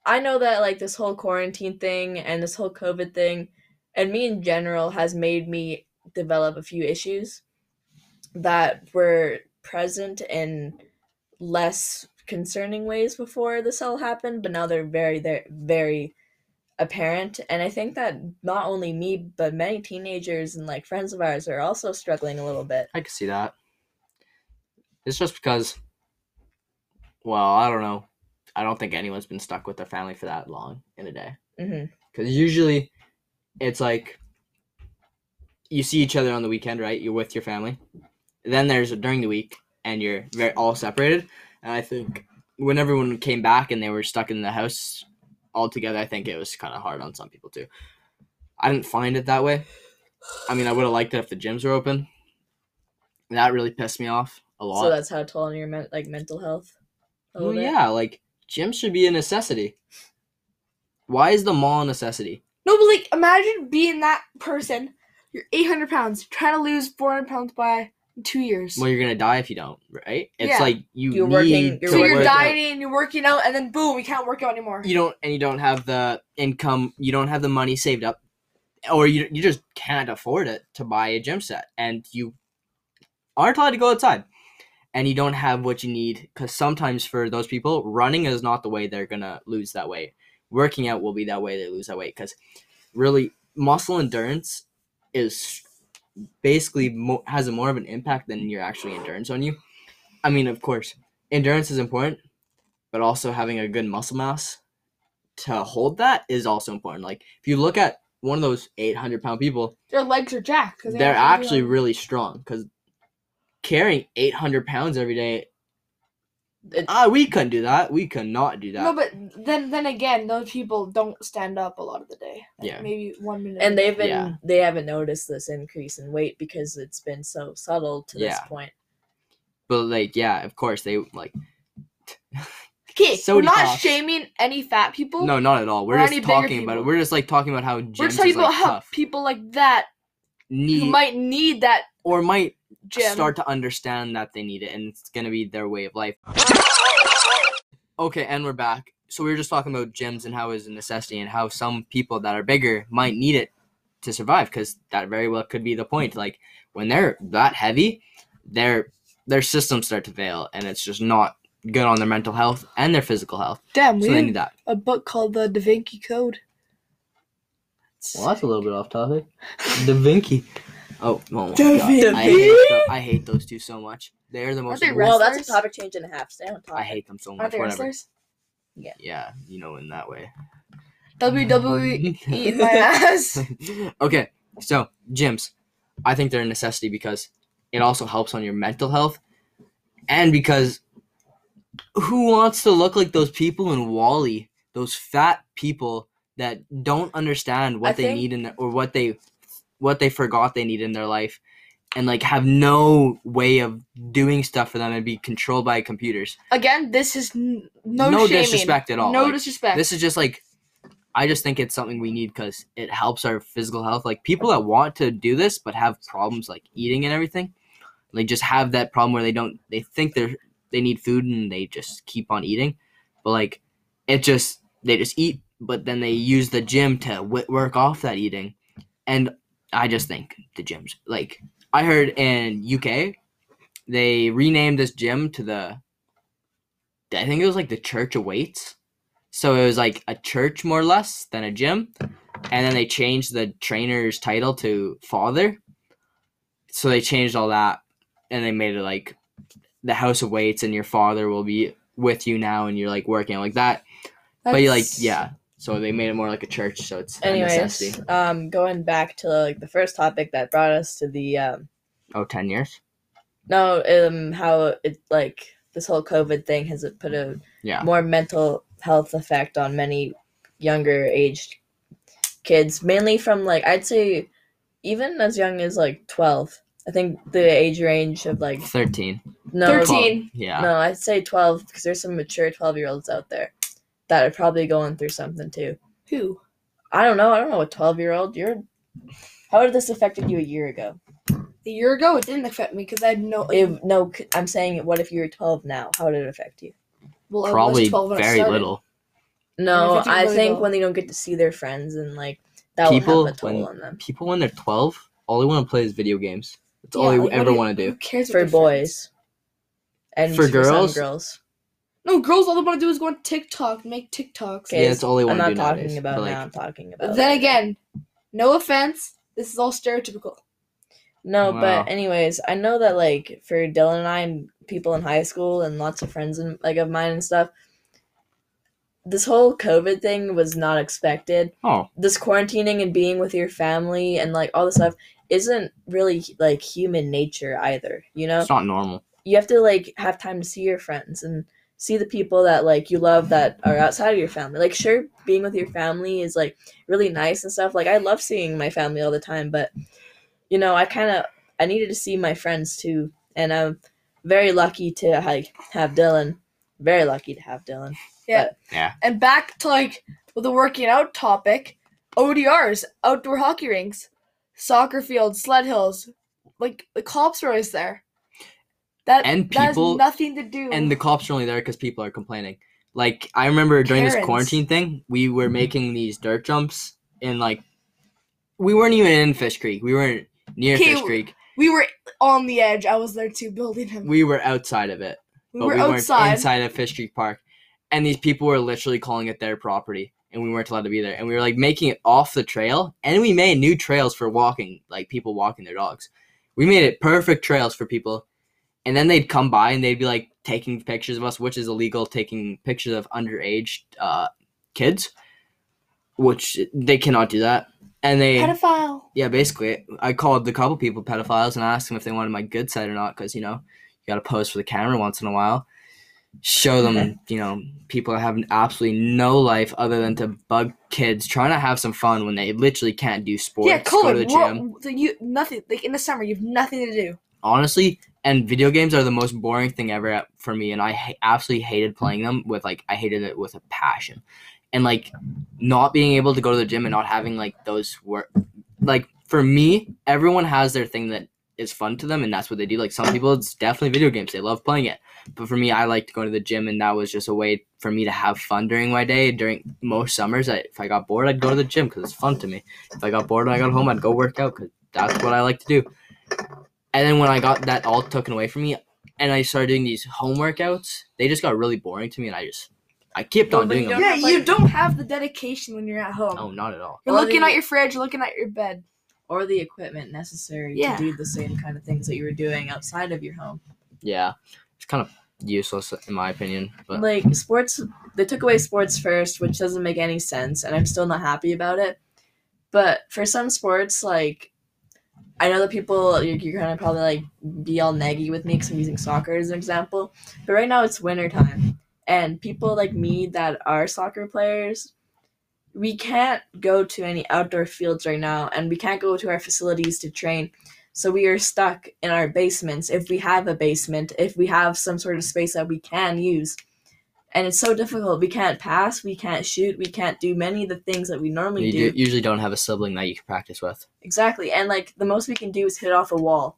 I know that like this whole quarantine thing and this whole COVID thing, and me in general, has made me develop a few issues that were present in less concerning ways before this all happened, but now they're very, they're very apparent and i think that not only me but many teenagers and like friends of ours are also struggling a little bit I can see that. It's just because, well, I don't know. I don't think anyone's been stuck with their family for that long in a day. hmm Because usually it's like you see each other on the weekend, right? You're with your family. Then there's during the week, and you're very all separated. And I think when everyone came back and they were stuck in the house all together, I think it was kind of hard on some people too. I didn't find it that way. I mean, I would have liked it if the gyms were open. That really pissed me off a lot. so that's how it's all on your men- like mental health a Well, little bit. yeah, like gyms should be a necessity. Why is the mall a necessity? No, but like, imagine being that person. You're 800 pounds, trying to lose 400 pounds by two years. Well, you're gonna die if you don't, right? It's Yeah. like you You're need working- you're to so you're work out. dieting, you're working out, and then boom, you can't work out anymore. You don't, and you don't have the income. You don't have the money saved up, or you you just can't afford it to buy a gym set, and you aren't allowed to go outside, and you don't have what you need because sometimes for those people, running is not the way they're gonna lose that weight. Working out will be that way they lose that weight because really muscle endurance is basically mo- has a more of an impact than your actual endurance on you. I mean, of course, endurance is important, but also having a good muscle mass to hold that is also important. Like if you look at one of those 800 pound people, Their legs are jacked. 'cause they they're have to actually be on- really strong because carrying 800 pounds every day, It- ah, we couldn't do that. We could not do that. No, but then then again, those people don't stand up a lot of the day. Like, Yeah. Maybe one minute. and they've been Yeah. they haven't noticed this increase in weight because it's been so subtle to this Yeah. point but like, yeah, of course they like, okay. so we're not tough. shaming any fat people. no, not at all. We're Or any just bigger talking about it. people. We're just like talking about how we're gyms talking is, like, about how tough. people like that who need might need that. or might gym. start to understand that they need it and it's going to be their way of life. Okay, and we're back. So we were just talking about gyms and how it's a necessity and how some people that are bigger might need it to survive because that very well could be the point. Like when they're that heavy, their their systems start to fail and it's just not good on their mental health and their physical health. Damn, we So they need need that. a book called The Da Vinci Code. Well, that's a little bit off topic. Da Vinci. Oh, oh my Da God. I, hate Vinci? tho- I hate those two so much. They're the most. they annoying- Well, wrestling? that's wrestlers? a topic change and a half. Stay on topic. I hate them so Are much. they Whatever. wrestlers? Yeah, you know, in that way. WWE eat my ass. okay, so gyms. I think they're a necessity because it also helps on your mental health and because who wants to look like those people in Wally? Those fat people that don't understand what I they think- need in their, or what they what they forgot they need in their life and like have no way of doing stuff for them and be controlled by computers. Again, this is n- no, No shaming. disrespect at all, No like, disrespect. This is just like I just think it's something we need because it helps our physical health. Like people that want to do this but have problems like eating and everything, like just have that problem where they don't they think they're they need food and they just keep on eating, but like it just they just eat, but then they use the gym to w- work off that eating, and I just think the gyms like I heard in UK they renamed this gym to the I think it was like the Church of Weights. So it was like a church more or less than a gym. And then they changed the trainer's title to father. So they changed all that and they made it like the house of weights and your father will be with you now and you're like working like that. But you like That's- yeah. So they made it more like a church, so it's a necessity. Anyways, um, going back to like the first topic that brought us to the um, Oh, 10 years? no, um, how it like this whole COVID thing has put a Yeah. more mental health effect on many younger aged kids, mainly from like I'd say even as young as like twelve. I think the age range of like 13. no, 13. Well, yeah. no, I'd say twelve because there's some mature twelve year olds out there that are probably going through something too. Who? I don't know. I don't know. A twelve year old, you're. How would this affected you a year ago? A year ago, it didn't affect me because I had no. If, no, c- I'm saying, what if you were 12 now? How would it affect you? well, I was Probably 12 when I very started. little. No, affect you I really think well. when they don't get to see their friends and like that People will have a toll when- on them. People when they're 12, all they want to play is video games. That's all Yeah, they like, what ever do you- want to do. Who cares what For their friends- boys and For for, girls? some girls. No, girls, all they want to do is go on TikTok, make TikToks. yeah, Okay, that's all they I'm want to do not talking nowadays. about But, like, now. I'm talking about. Then later. again, no offense, this is all stereotypical. No, Wow. but anyways, I know that like for Dylan and I and people in high school and lots of friends and like of mine and stuff, this whole COVID thing was not expected. Oh, this quarantining and being with your family and like all this stuff isn't really like human nature either you know it's not normal. you have to like have time to see your friends and see the people that like you love that are outside of your family like sure being with your family is like really nice and stuff like i love seeing my family all the time but you know i kind of i needed to see my friends too and i'm very lucky to like have dylan very lucky to have dylan And back to like with the working out topic, ODRs, outdoor hockey rinks, soccer fields, sled hills, like the cops are always there. That And that has people- nothing to do. And the cops are only there because people are complaining. Like I remember during this Karens. quarantine thing, we were making these dirt jumps in like we weren't even in Fish Creek. We weren't near Okay, Fish Creek. we were on the edge. I was there too, building him. We We, were outside of it, but were we weren't outside. inside of Fish Creek Park. And these people were literally calling it their property, and we weren't allowed to be there. And we were like making it off the trail, and we made new trails for walking, like people walking their dogs. We made it perfect trails for people. And then they'd come by and they'd be like taking pictures of us, which is illegal, taking pictures of underage uh, kids, which they cannot do that. And they, Pedophile. yeah, basically, I called the couple people pedophiles and asked them if they wanted my good side or not, because you know, you gotta pose for the camera once in a while, show them, you know, people that have absolutely no life other than to bug kids trying to have some fun when they literally can't do sports, yeah, go to the Colin. gym What, so you nothing like in the summer. You have nothing to do. honestly and video games are the most boring thing ever at- for me and i ha- absolutely hated playing them with like i hated it with a passion and like not being able to go to the gym and not having like those work like for me everyone has their thing that is is fun to them and that's what they do. Like some people it's definitely video games. They love playing it. But for me I like to go to the gym and that was just a way for me to have fun during my day. During most summers I, if I got bored I'd go to the gym cuz it's fun to me. If I got bored and I got home I'd go work out cuz that's what I like to do. And then when I got that all taken away from me and I started doing these home workouts, they just got really boring to me and I just I kept Well, on but doing you them. don't- Yeah, Yeah, you you don't Have the dedication when you're at home. No, Oh, not at all. You're Well, looking the- at your fridge, you're looking at your bed. or the equipment necessary Yeah. to do the same kind of things that you were doing outside of your home. Yeah. It's kind of useless in my opinion, but Like sports, they took away sports first, which doesn't make any sense, and I'm still not happy about it. But for some sports, like I know that people you're, you're gonna probably like be all naggy with me because I'm using soccer as an example. But right now it's winter time, and people like me that are soccer players, we can't go to any outdoor fields right now, and we can't go to our facilities to train. So we are stuck in our basements if we have a basement, if we have some sort of space that we can use. And it's so difficult. We can't pass, we can't shoot, we can't do many of the things that we normally you do. do, usually don't have a sibling that you can practice with. Exactly. And like the most we can do is hit off a wall.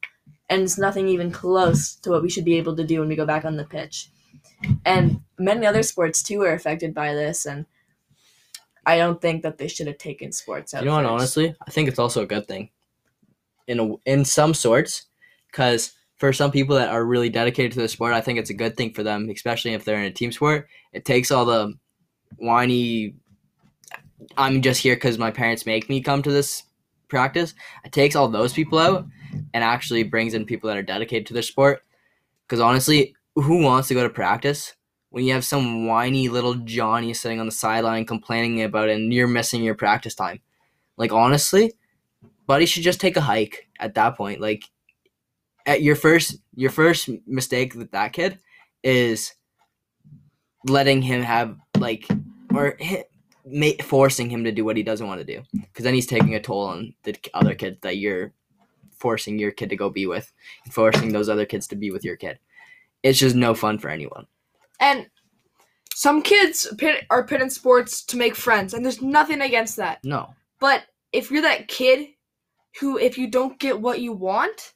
And it's nothing even close to what we should be able to do when we go back on the pitch. And many other sports too are affected by this and I don't think that they should have taken sports out. You know what? first. Honestly, I think it's also a good thing, in a, in some sorts, because for some people that are really dedicated to the sport, I think it's a good thing for them, especially if they're in a team sport. It takes all the whiny. I'm just here because my parents make me come to this practice. It takes all those people out, and actually brings in people that are dedicated to their sport. Because honestly, who wants to go to practice when you have some whiny little Johnny sitting on the sideline complaining about it and you're missing your practice time? Like, honestly, buddy should just take a hike at that point. Like, at your first your first mistake with that kid is letting him have like or hi- ma- forcing him to do what he doesn't want to do because then he's taking a toll on the k- other kids that you're forcing your kid to go be with and forcing those other kids to be with your kid it's just no fun for anyone And some kids pit, are pit in sports to make friends, and there's nothing against that. no But if you're that kid who, if you don't get what you want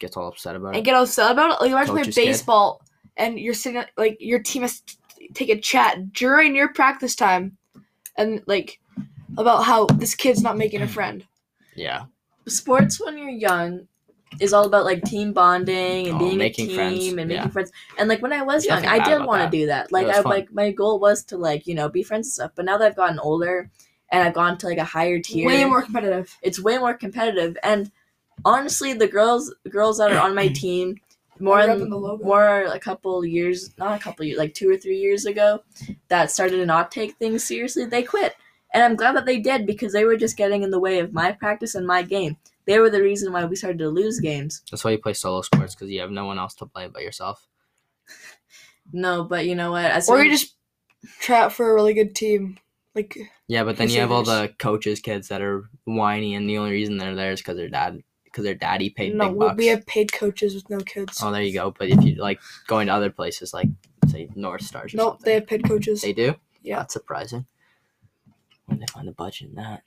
gets all upset about and it get upset about it, like imagine playing Coach's kid. baseball and you're sitting, at- like your team has to take a chat during your practice time, and like about how this kid's not making a friend. yeah sports when you're young is all about like team bonding and Oh, being making a team friends, and making yeah. friends. And like when I was There's young, nothing I bad did about want that. to do that. Like was I fun. like my goal was to like you know be friends and stuff. But now that I've gotten older and I've gone to like a higher tier, Way more competitive. it's way more competitive. And honestly, the girls girls that are on my team more You're up than- in the logo. more a couple years, not a couple years, like two or three years ago, that started to not take things seriously, they quit. And I'm glad that they did because they were just getting in the way of my practice and my game. They were the reason why we started to lose games. that's why you play solo sports because you have no one else to play but yourself No, but you know what? As or soon- you just try out for a really good team. Like Yeah, but then you have all the Crusaders. coaches' kids that are whiny, and the only reason they're there is because their dad, because their daddy paid no, big we- bucks. we have paid coaches with no kids. oh, there you go. But if you like going to other places, like say North Stars, or nope, they something, have paid coaches. they do. Yeah. that's surprising. When they find the budget in that,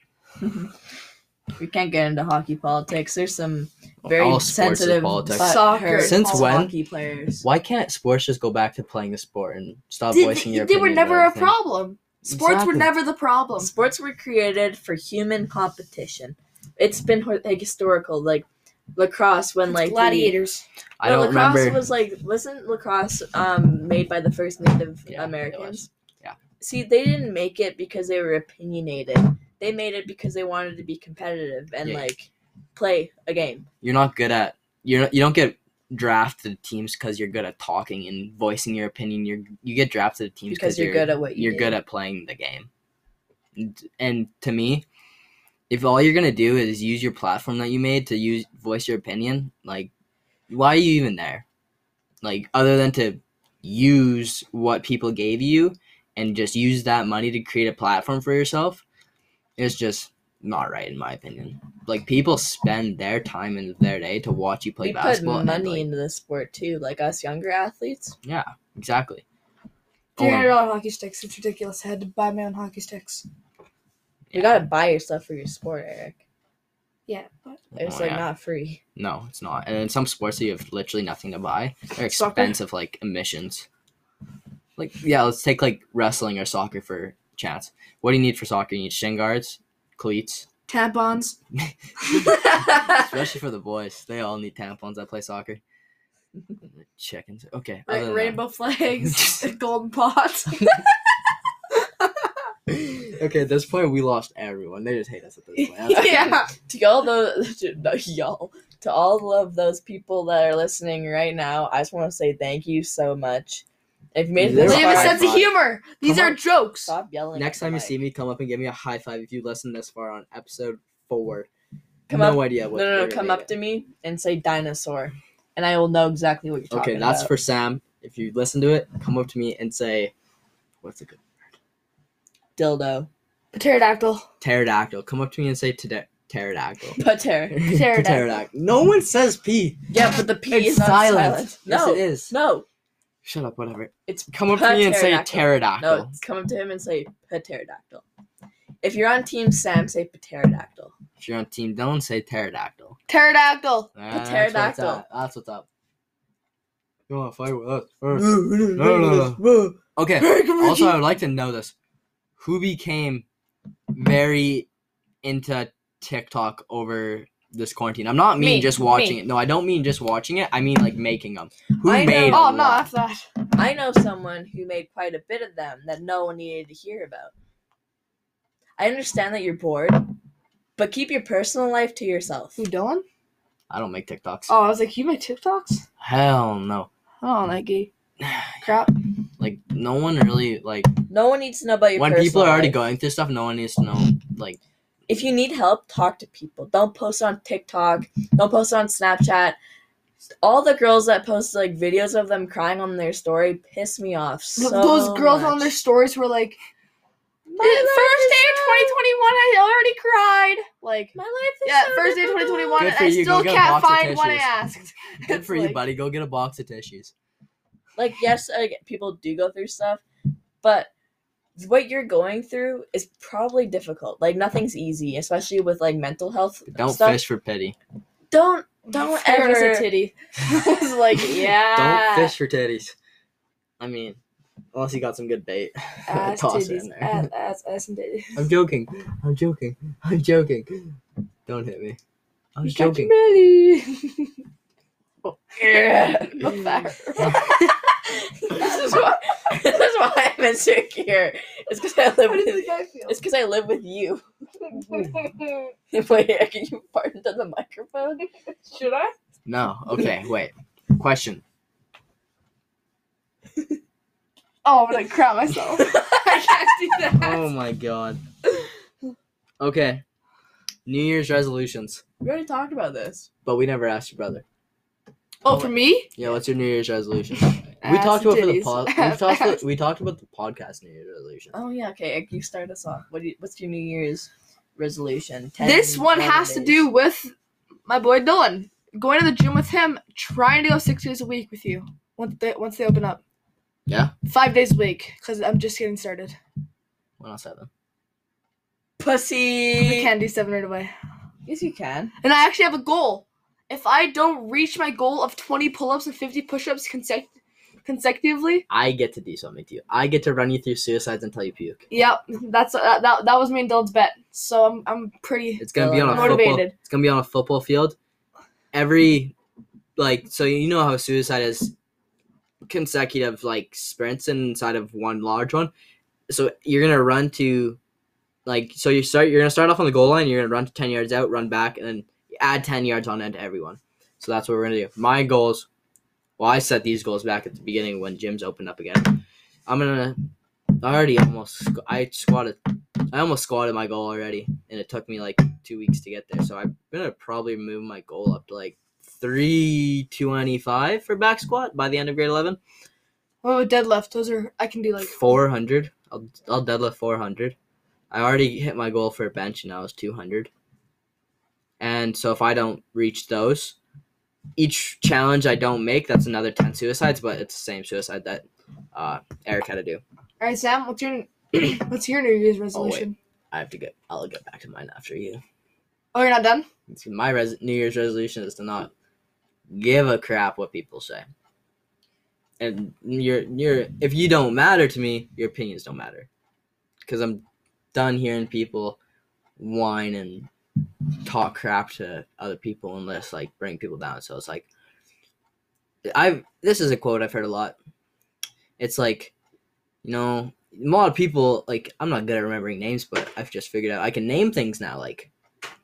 we can't get into hockey politics. There's some very all sports is sensitive politics. butt Soccer. hurt Since when? hockey players. Why can't sports just go back to playing the sport and stop Did- voicing they, your they were opinion about never a everything? problem. Sports Exactly. were never the problem. Sports were created for human competition. It's been hor- like historical, like lacrosse when like the- gladiators. I No, don't lacrosse remember. was like wasn't lacrosse um made by the first Native Yeah, it Americans? was. Yeah. See, they didn't make it because they were opinionated. They made it because they wanted to be competitive and Yeah. like play a game. you're not good at you're not- you don't get drafted to teams because you're good at talking and voicing your opinion. You're you get drafted to teams Because you're good at what you you're do. good at playing the game. And, and to me, if all you're gonna do is use your platform that you made to use voice your opinion, like why are you even there? Like other than to use what people gave you and just use that money to create a platform for yourself is just not right in my opinion. Like people spend their time in their day to watch you play we put basketball. and, money like, into the sport too, like us younger athletes. exactly. Oh Three hundred Owen, dollar hockey sticks. It's ridiculous. I had to buy my own hockey sticks. You gotta buy yourself for your sport, Eric. Yeah, but It's Oh, like yeah. not free. No, it's not. And in some sports, you have literally nothing to buy. They're Soccer? expensive, like emissions. Like yeah, let's take like wrestling or soccer for chance. What do you need for soccer? You need shin guards, cleats, tampons. especially for the boys. They all need tampons that play soccer. The Chickens. Okay. Ra- other than that- rainbow flags, and golden pots. okay, at this point, we lost everyone. They just hate us at this point. yeah. To all those, to, no, y'all, to all of those people that are listening right now, I just want to say thank you so much. If you made it They this They have a High far, sense of five. humor. These Come are on. jokes. stop yelling. Next at the time you mic. see me, come up and give me a high five if you listened this far on episode four. Come no up- idea no, what. no, you're no, come gonna up to me and say dinosaur, and I will know exactly what you're get. talking Okay, that's about. for Sam. If you listen to it, come up to me and say, "What's a good dildo, Pterodactyl. pterodactyl?" Come up to me and say "Pter- pterodactyl. putter. Pterodactyl. No one says P. Yeah, but the P It's is not silent. silent. Yes, No, it is. no, Shut up. Whatever. it's Come up to me and say No, pterodactyl. it's come up to him and say pterodactyl. If you're on Team Sam, say pterodactyl. If you're on Team Dylan, say pterodactyl. Pterodactyl. That's what's pterodactyl. up. That's what's up. You want to fight with us first? no, no. Okay. Also, I would like to know this: who became very into TikTok over this quarantine? I'm not mean Me, just watching me. it. No, I don't mean just watching it. I mean like making them. Who I know. made? a Oh no, lot? F that. I know someone who made quite a bit of them that no one needed to hear about. I understand that you're bored, but keep your personal life to yourself. Who Dylan? I don't make TikToks. Oh, I was like, you make TikToks? Hell no. Oh, Nike. Crap. Like no one really like No one needs to know about your when people personal are already life. going through stuff. No one needs to know. Like If you need help, talk to people. Don't post on TikTok. Don't post on Snapchat. All the girls that post like videos of them crying on their story piss me off. So Th- Those girls on much. their stories were like, My first day of 2021, life is so- I already cried. Like, My life is yeah, so first day of difficult. 2021, Good and for I you, go still get a can't box of find what I tissues. asked. good It's for you, like- buddy. Go get a box of tissues. like yes like, people do go through stuff but what you're going through is probably difficult like nothing's easy especially with like mental health Don't stuff fish for pity. don't don't Fair as ever a titty. I was like, yeah. Don't fish for titties. I mean, unless you got some good bait. Ass, Toss it in titties, there. ass, ass, ass, and titties. I'm joking. I'm joking. I'm joking. Don't hit me. I was You got joking. Yeah. your belly. this is why this is why i'm insecure it's because i live How do you with think I feel? it's because i live with you wait can you fart into the microphone Should I? No. Okay. Wait. Question. Oh, I'm gonna crap myself. I can't do that. Oh my god. Okay. New Year's resolutions, we already talked about this but we never asked your brother. oh, for me? Yeah. What's your New Year's resolution? We talked about for the pod. We talked. About, we talked about the podcast New Year's resolution. oh yeah okay you start us off what do you, what's your new year's resolution 10, This one 11 has to days? do with my boy Dylan. Going to the gym with him, trying to go six days a week with you once they once they open up. Yeah. Five days a week, because I'm just getting started. We're not seven. We pussy. can't do seven right away. Yes, you can. And I actually have a goal. If I don't reach my goal of 20 pull-ups and 50 push-ups consec- consecutively, I get to do something to you. I get to run you through suicides until you puke. yep, that's that, that, that was me and Dylan's bet. So I'm I'm pretty It's gonna be on a football. Motivated. It's gonna be on a football field. Every like so you know how suicide is consecutive like sprints inside of one large one. So you're gonna run to like so you start you're gonna start off on the goal line, you're gonna run to ten yards out, run back, and then add ten yards on end to everyone. So that's what we're gonna do. My goals well, I set these goals back at the beginning when gyms opened up again. I'm gonna I already almost squ- I squatted I almost squatted my goal already, and it took me like two weeks to get there. So I'm gonna probably move my goal up to like three twenty five for back squat by the end of grade eleven. Oh, deadlift. Those are I can do like Four hundred. I'll I'll deadlift four hundred. I already hit my goal for bench, and I was two hundred. And so if I don't reach those, each challenge I don't make, that's another ten suicides. But it's the same suicide that uh, Eric had to do. All right, Sam, what's your what's your New Year's resolution? I have to get. I'll get back to mine after you. Oh, you're not done? It's my res- New Year's resolution is to not give a crap what people say. And your your if you don't matter to me, your opinions don't matter. Cuz I'm done hearing people whine and talk crap to other people unless like bring people down. So it's like I've this is a quote I've heard a lot. It's like, you know, a lot of people like I'm not good at remembering names, but I've just figured out I can name things now, like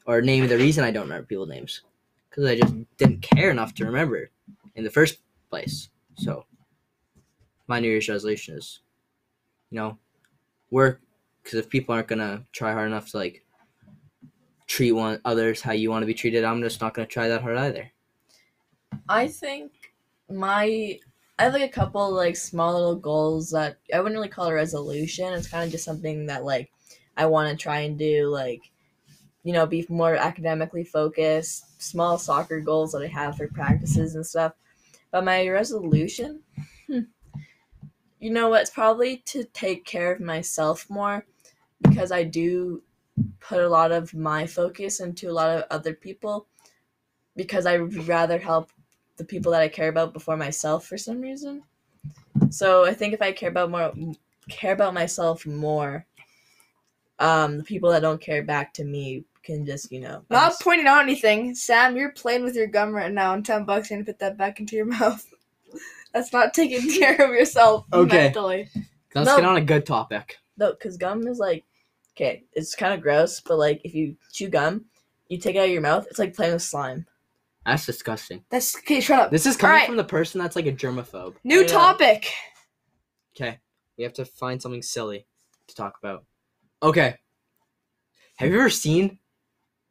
or name the reason I don't remember people's names because I just didn't care enough to remember in the first place. So my New Year's resolution is, you know, work because if people aren't gonna try hard enough to like treat one others how you want to be treated, I'm just not gonna try that hard either. I think my I have like a couple like small little goals that I wouldn't really call a resolution. It's kind of just something that like I want to try and do like you know be more academically focused. Small soccer goals that I have for practices and stuff. But my resolution, hmm, you know what? It's probably to take care of myself more because I do put a lot of my focus into a lot of other people because I would rather help the people that I care about before myself for some reason. So I think if I care about more care about myself more, um, the people that don't care back to me can just you know Not just- pointing out anything. Sam, you're playing with your gum right now, and 10 bucks, you're going to put that back into your mouth. That's not taking care of yourself Okay. mentally. Let's No. get on a good topic. No, because gum is like, okay, it's kind of gross, but like if you chew gum, you take it out of your mouth, it's like playing with slime. That's disgusting. That's okay, shut up. This is coming Alright. from the person that's like a germaphobe. New Yeah. topic. Okay, we have to find something silly to talk about. Okay, have you ever seen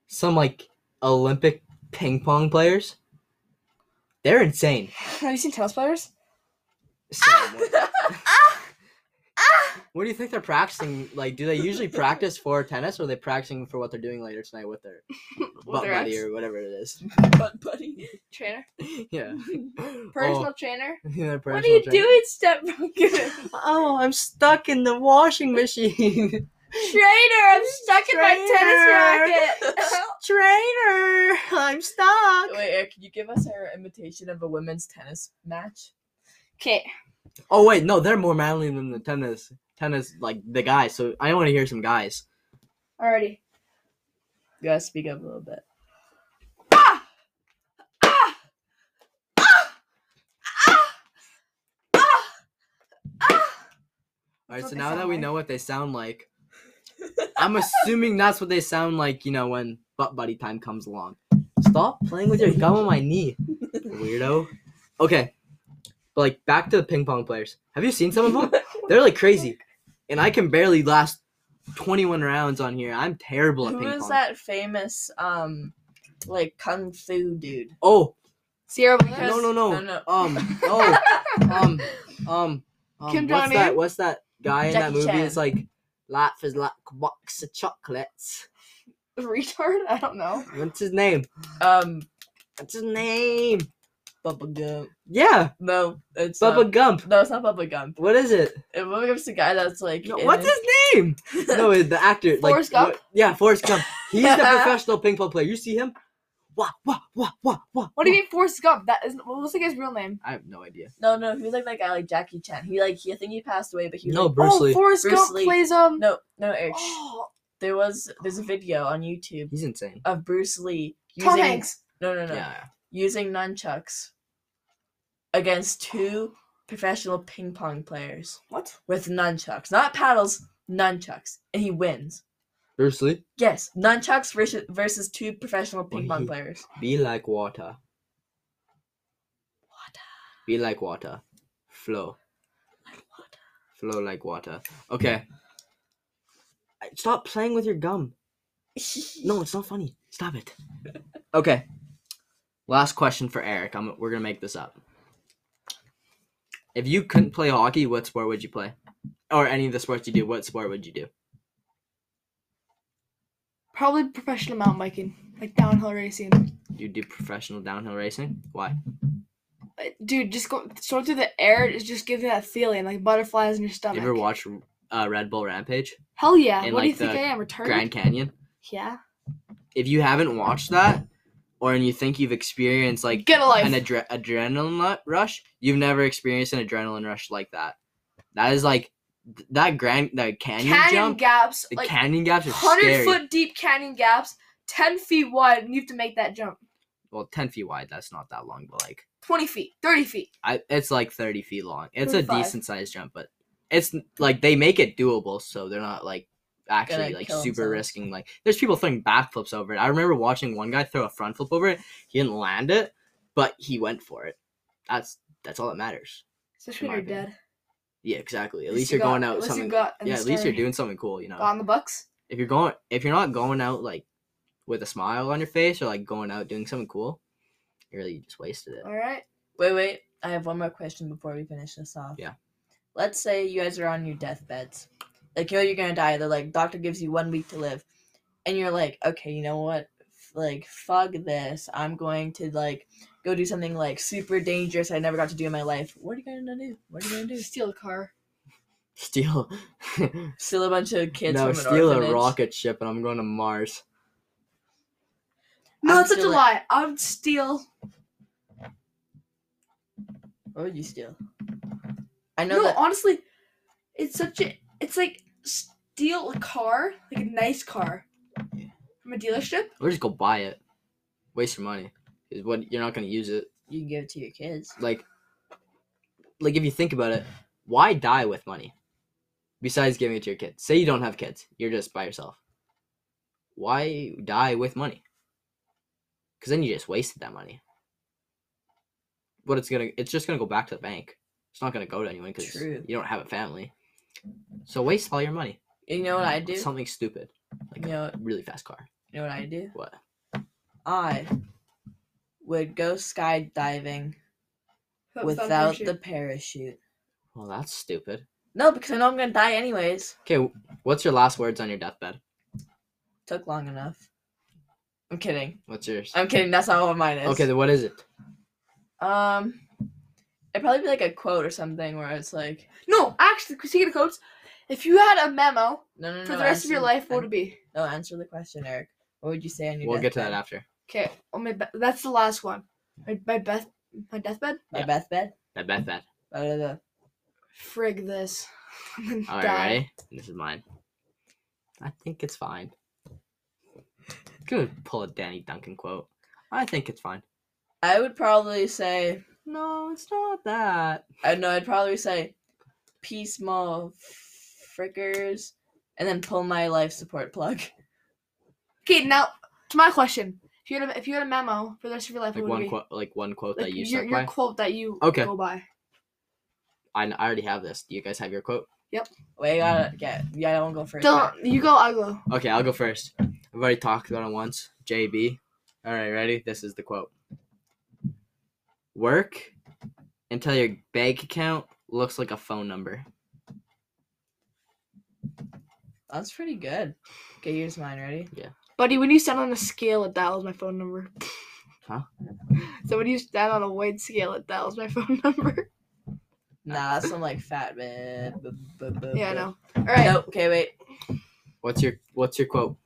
some like Olympic ping pong players? They're insane. Have you seen tennis players? Sam, what- Ah! What do you think they're practicing? Like, do they usually practice for tennis, or are they practicing for what they're doing later tonight with their butt their buddy ex? or whatever it is? But buddy, Trainer? Yeah. Personal Oh, trainer? yeah, What are you personal trainer. doing, step Trainer, Oh, I'm stuck in the washing machine. I'm stuck in my tennis racket. trainer, I'm stuck. wait, Eric, can you give us our imitation of a women's tennis match? okay. Oh wait, no, they're more manly than the tennis. Tennis, like the guys. So I want to hear some guys. Alrighty. You gotta speak up a little bit. All right, That's so what they now that sound we like. know what they sound like, I'm assuming that's what they sound like. You know, when butt buddy time comes along. Stop playing with your gum on my knee, weirdo. Okay, but like back to the ping pong players. Have you seen some of them? They're like crazy, and I can barely last 21 rounds on here. I'm terrible at Who ping is pong. that famous um like kung fu dude? Oh Sierra Williams. no no no No, no. um oh um um, um Kim what's Jong-un? that? What's that guy in that Jackie movie? Chan. It's like life is like a box of chocolates. Retard? I don't know. What's his name? um What's his name? Bubba Gump. Yeah, No, it's Bubba Not, Gump. no, it's not Bubba Gump. What is it? Uh, Bubba Gump's the guy that's like. No, in what's his name? No, it's the actor. like, Forrest Gump? what- yeah, Forrest Gump. He's the professional ping pong player. You see him? Wah wah wah wah wah. What do you mean Forrest Gump? That isn't what was the guy's real name? I have no idea. No, no, he was like that guy, like Jackie Chan. He like he, I think he passed away, but he was No, like, Bruce oh, Lee. Forrest Bruce Gump Lee. plays um no, no, Eric. shh. oh, There was there's a video on YouTube He's insane. of Bruce Lee using Tom Hanks. no, no, no, Yeah. using nunchucks against two professional ping pong players What? with nunchucks, not paddles, nunchucks, and he wins. Bruce Lee. Yes, nunchucks versus versus two professional ping pong he- players. Be like water. Water. Be like water. Flow. Flow like water. Okay. I- Stop playing with your gum. No, it's not funny. Stop it. Okay. Last question for Eric. I'm, we're gonna make this up. If you couldn't play hockey, what sport would you play? Or any of the sports you do, what sport would you do? Probably professional mountain biking, like downhill racing. You'd do professional downhill racing? Why? Uh, Dude, just go soar through the air. It just gives you that feeling, like butterflies in your You stomach. ever watch uh, Red Bull Rampage? Hell yeah! in, What do you like, think I the am, retarded? Grand Canyon? Yeah. if you haven't watched that, or and you think you've experienced like Get a life. an adre- adrenaline lu- rush, you've never experienced an adrenaline rush like that. That is like th- that grand that canyon, canyon jump. gaps, the like canyon gaps are hundred scary. foot deep canyon gaps, ten feet wide, and you have to make that jump. well, ten feet wide. That's not that long, but like Twenty feet, thirty feet. I, it's like thirty feet long. It's a 35. decent sized jump, but it's n- like they make it doable, so they're not like actually Gonna like kill super themselves. risking. Like there's people throwing backflips over it. I remember watching one guy throw a front flip over it. He didn't land it, but he went for it. That's that's all that matters. Especially In when my you're opinion. dead. Yeah, exactly. At At least least you you're got- going at out least you something. got in yeah, the at least you're story. doing something cool. You know, Got on the bucks. if you're going, if you're not going out like with a smile on your face or like going out doing something cool, you really just wasted it. All right. Wait, wait. I have one more question before we finish this off. Yeah. Let's say you guys are on your deathbeds. Like, you know, you're going to die. They're like, doctor gives you one week to live. And you're like, okay, you know what? F- Like, fuck this. I'm going to, like, go do something, like, super dangerous I never got to do in my life. What are you going to do? What are you going to do? Steal a car. Steal. Steal a bunch of kids no, from an steal orphanage? a rocket ship and I'm going to Mars. No, I'd that's such a steal it. lie. I would steal. What would you steal? I know No, that. honestly, it's such a. It's like steal a car, like a nice car, from a dealership. Or just go buy it. Waste your money. 'Cause what you're not going to use it. You can give it to your kids. Like, like if you think about it, why die with money? Besides giving it to your kids. Say you don't have kids. You're just by yourself. Why die with money? Because then you just wasted that money. What it's gonna, it's just gonna go back to the bank. It's not gonna go to anyone because True. you don't have a family. So waste all your money. You know what I do? Something stupid, like You know, a really fast car. you know what I do? What? I would go skydiving Without the without parachute. the parachute. Well, that's stupid. No, because I know I'm gonna die anyways. Okay, what's your last words on your deathbed? Took long enough. I'm kidding. What's yours? I'm kidding. That's not what mine is. Okay, then what is it? Um, it'd probably be like a quote or something where it's like, No, actually, speaking of quotes, if you had a memo no, no, no. for the rest of your answer- life, what would an- it be? No, answer the question, Eric. What would you say on your? We'll get to that deathbed? after. Okay, well, my be- that's the last one. My, my best, my deathbed. My Yeah. deathbed. That bet that. Blah, blah, blah. Frig this. All right, ready? This is mine. I think it's fine. Gonna pull a Danny Duncan quote. I think it's fine. I would probably say. No, it's not that. I know. I'd probably say, peace, mo, frickers, and then pull my life support plug. Okay, now to my question. If you had a, if you had a memo for the rest of your life, Like what would it one be? quote, like one quote Like that you your, stuck your by. quote that you Okay. go by. I, I already have this. Do you guys have your quote? Wait, I gotta get. Yeah, I don't go first. Don't you go, I go. Okay, I'll go first. I've already talked about it once. JB. All right, ready? This is the quote. Work until your bank account looks like a phone number. That's pretty good. Okay, here's mine. Ready? Buddy, when you stand on a scale, it dials my phone number. Huh? So when you stand on a weight scale, it dials my phone number. Nah, that's some like fat man. Bu- bu- bu- Ah. yeah, I bu- know. All right. No, okay, wait. What's your What's your quote?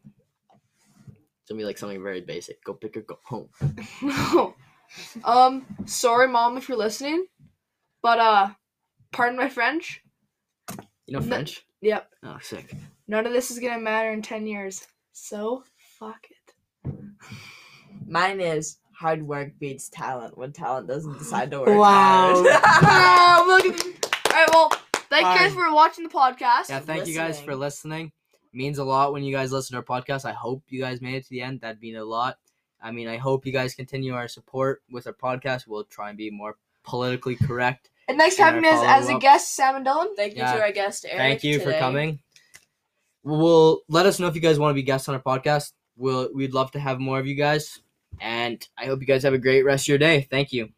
It's gonna be like something very basic. Go pick or go home. No. um, sorry, mom, if you're listening, but uh, pardon my French. You know No. French? Yep. Oh, sick. None of this is gonna matter in ten years. So fuck it. Mine is hard work beats talent when talent doesn't decide to work. Wow. hard. Ah, Wow, look at me. All right. Well, thank you guys Fine. for watching the podcast. Yeah, thank you guys for listening. means a lot when you guys listen to our podcast. I hope you guys made it to the end. That'd mean a lot. I mean, I hope you guys continue our support with our podcast. We'll try and be more politically correct. And next Can I time, as follow as a up? guest, Sam and Dylan. Thank you Yeah. to our guest Eric. Thank you for today. coming. Well, let us know if you guys want to be guests on our podcast. We'll, we'd love to have more of you guys. And I hope you guys have a great rest of your day. Thank you.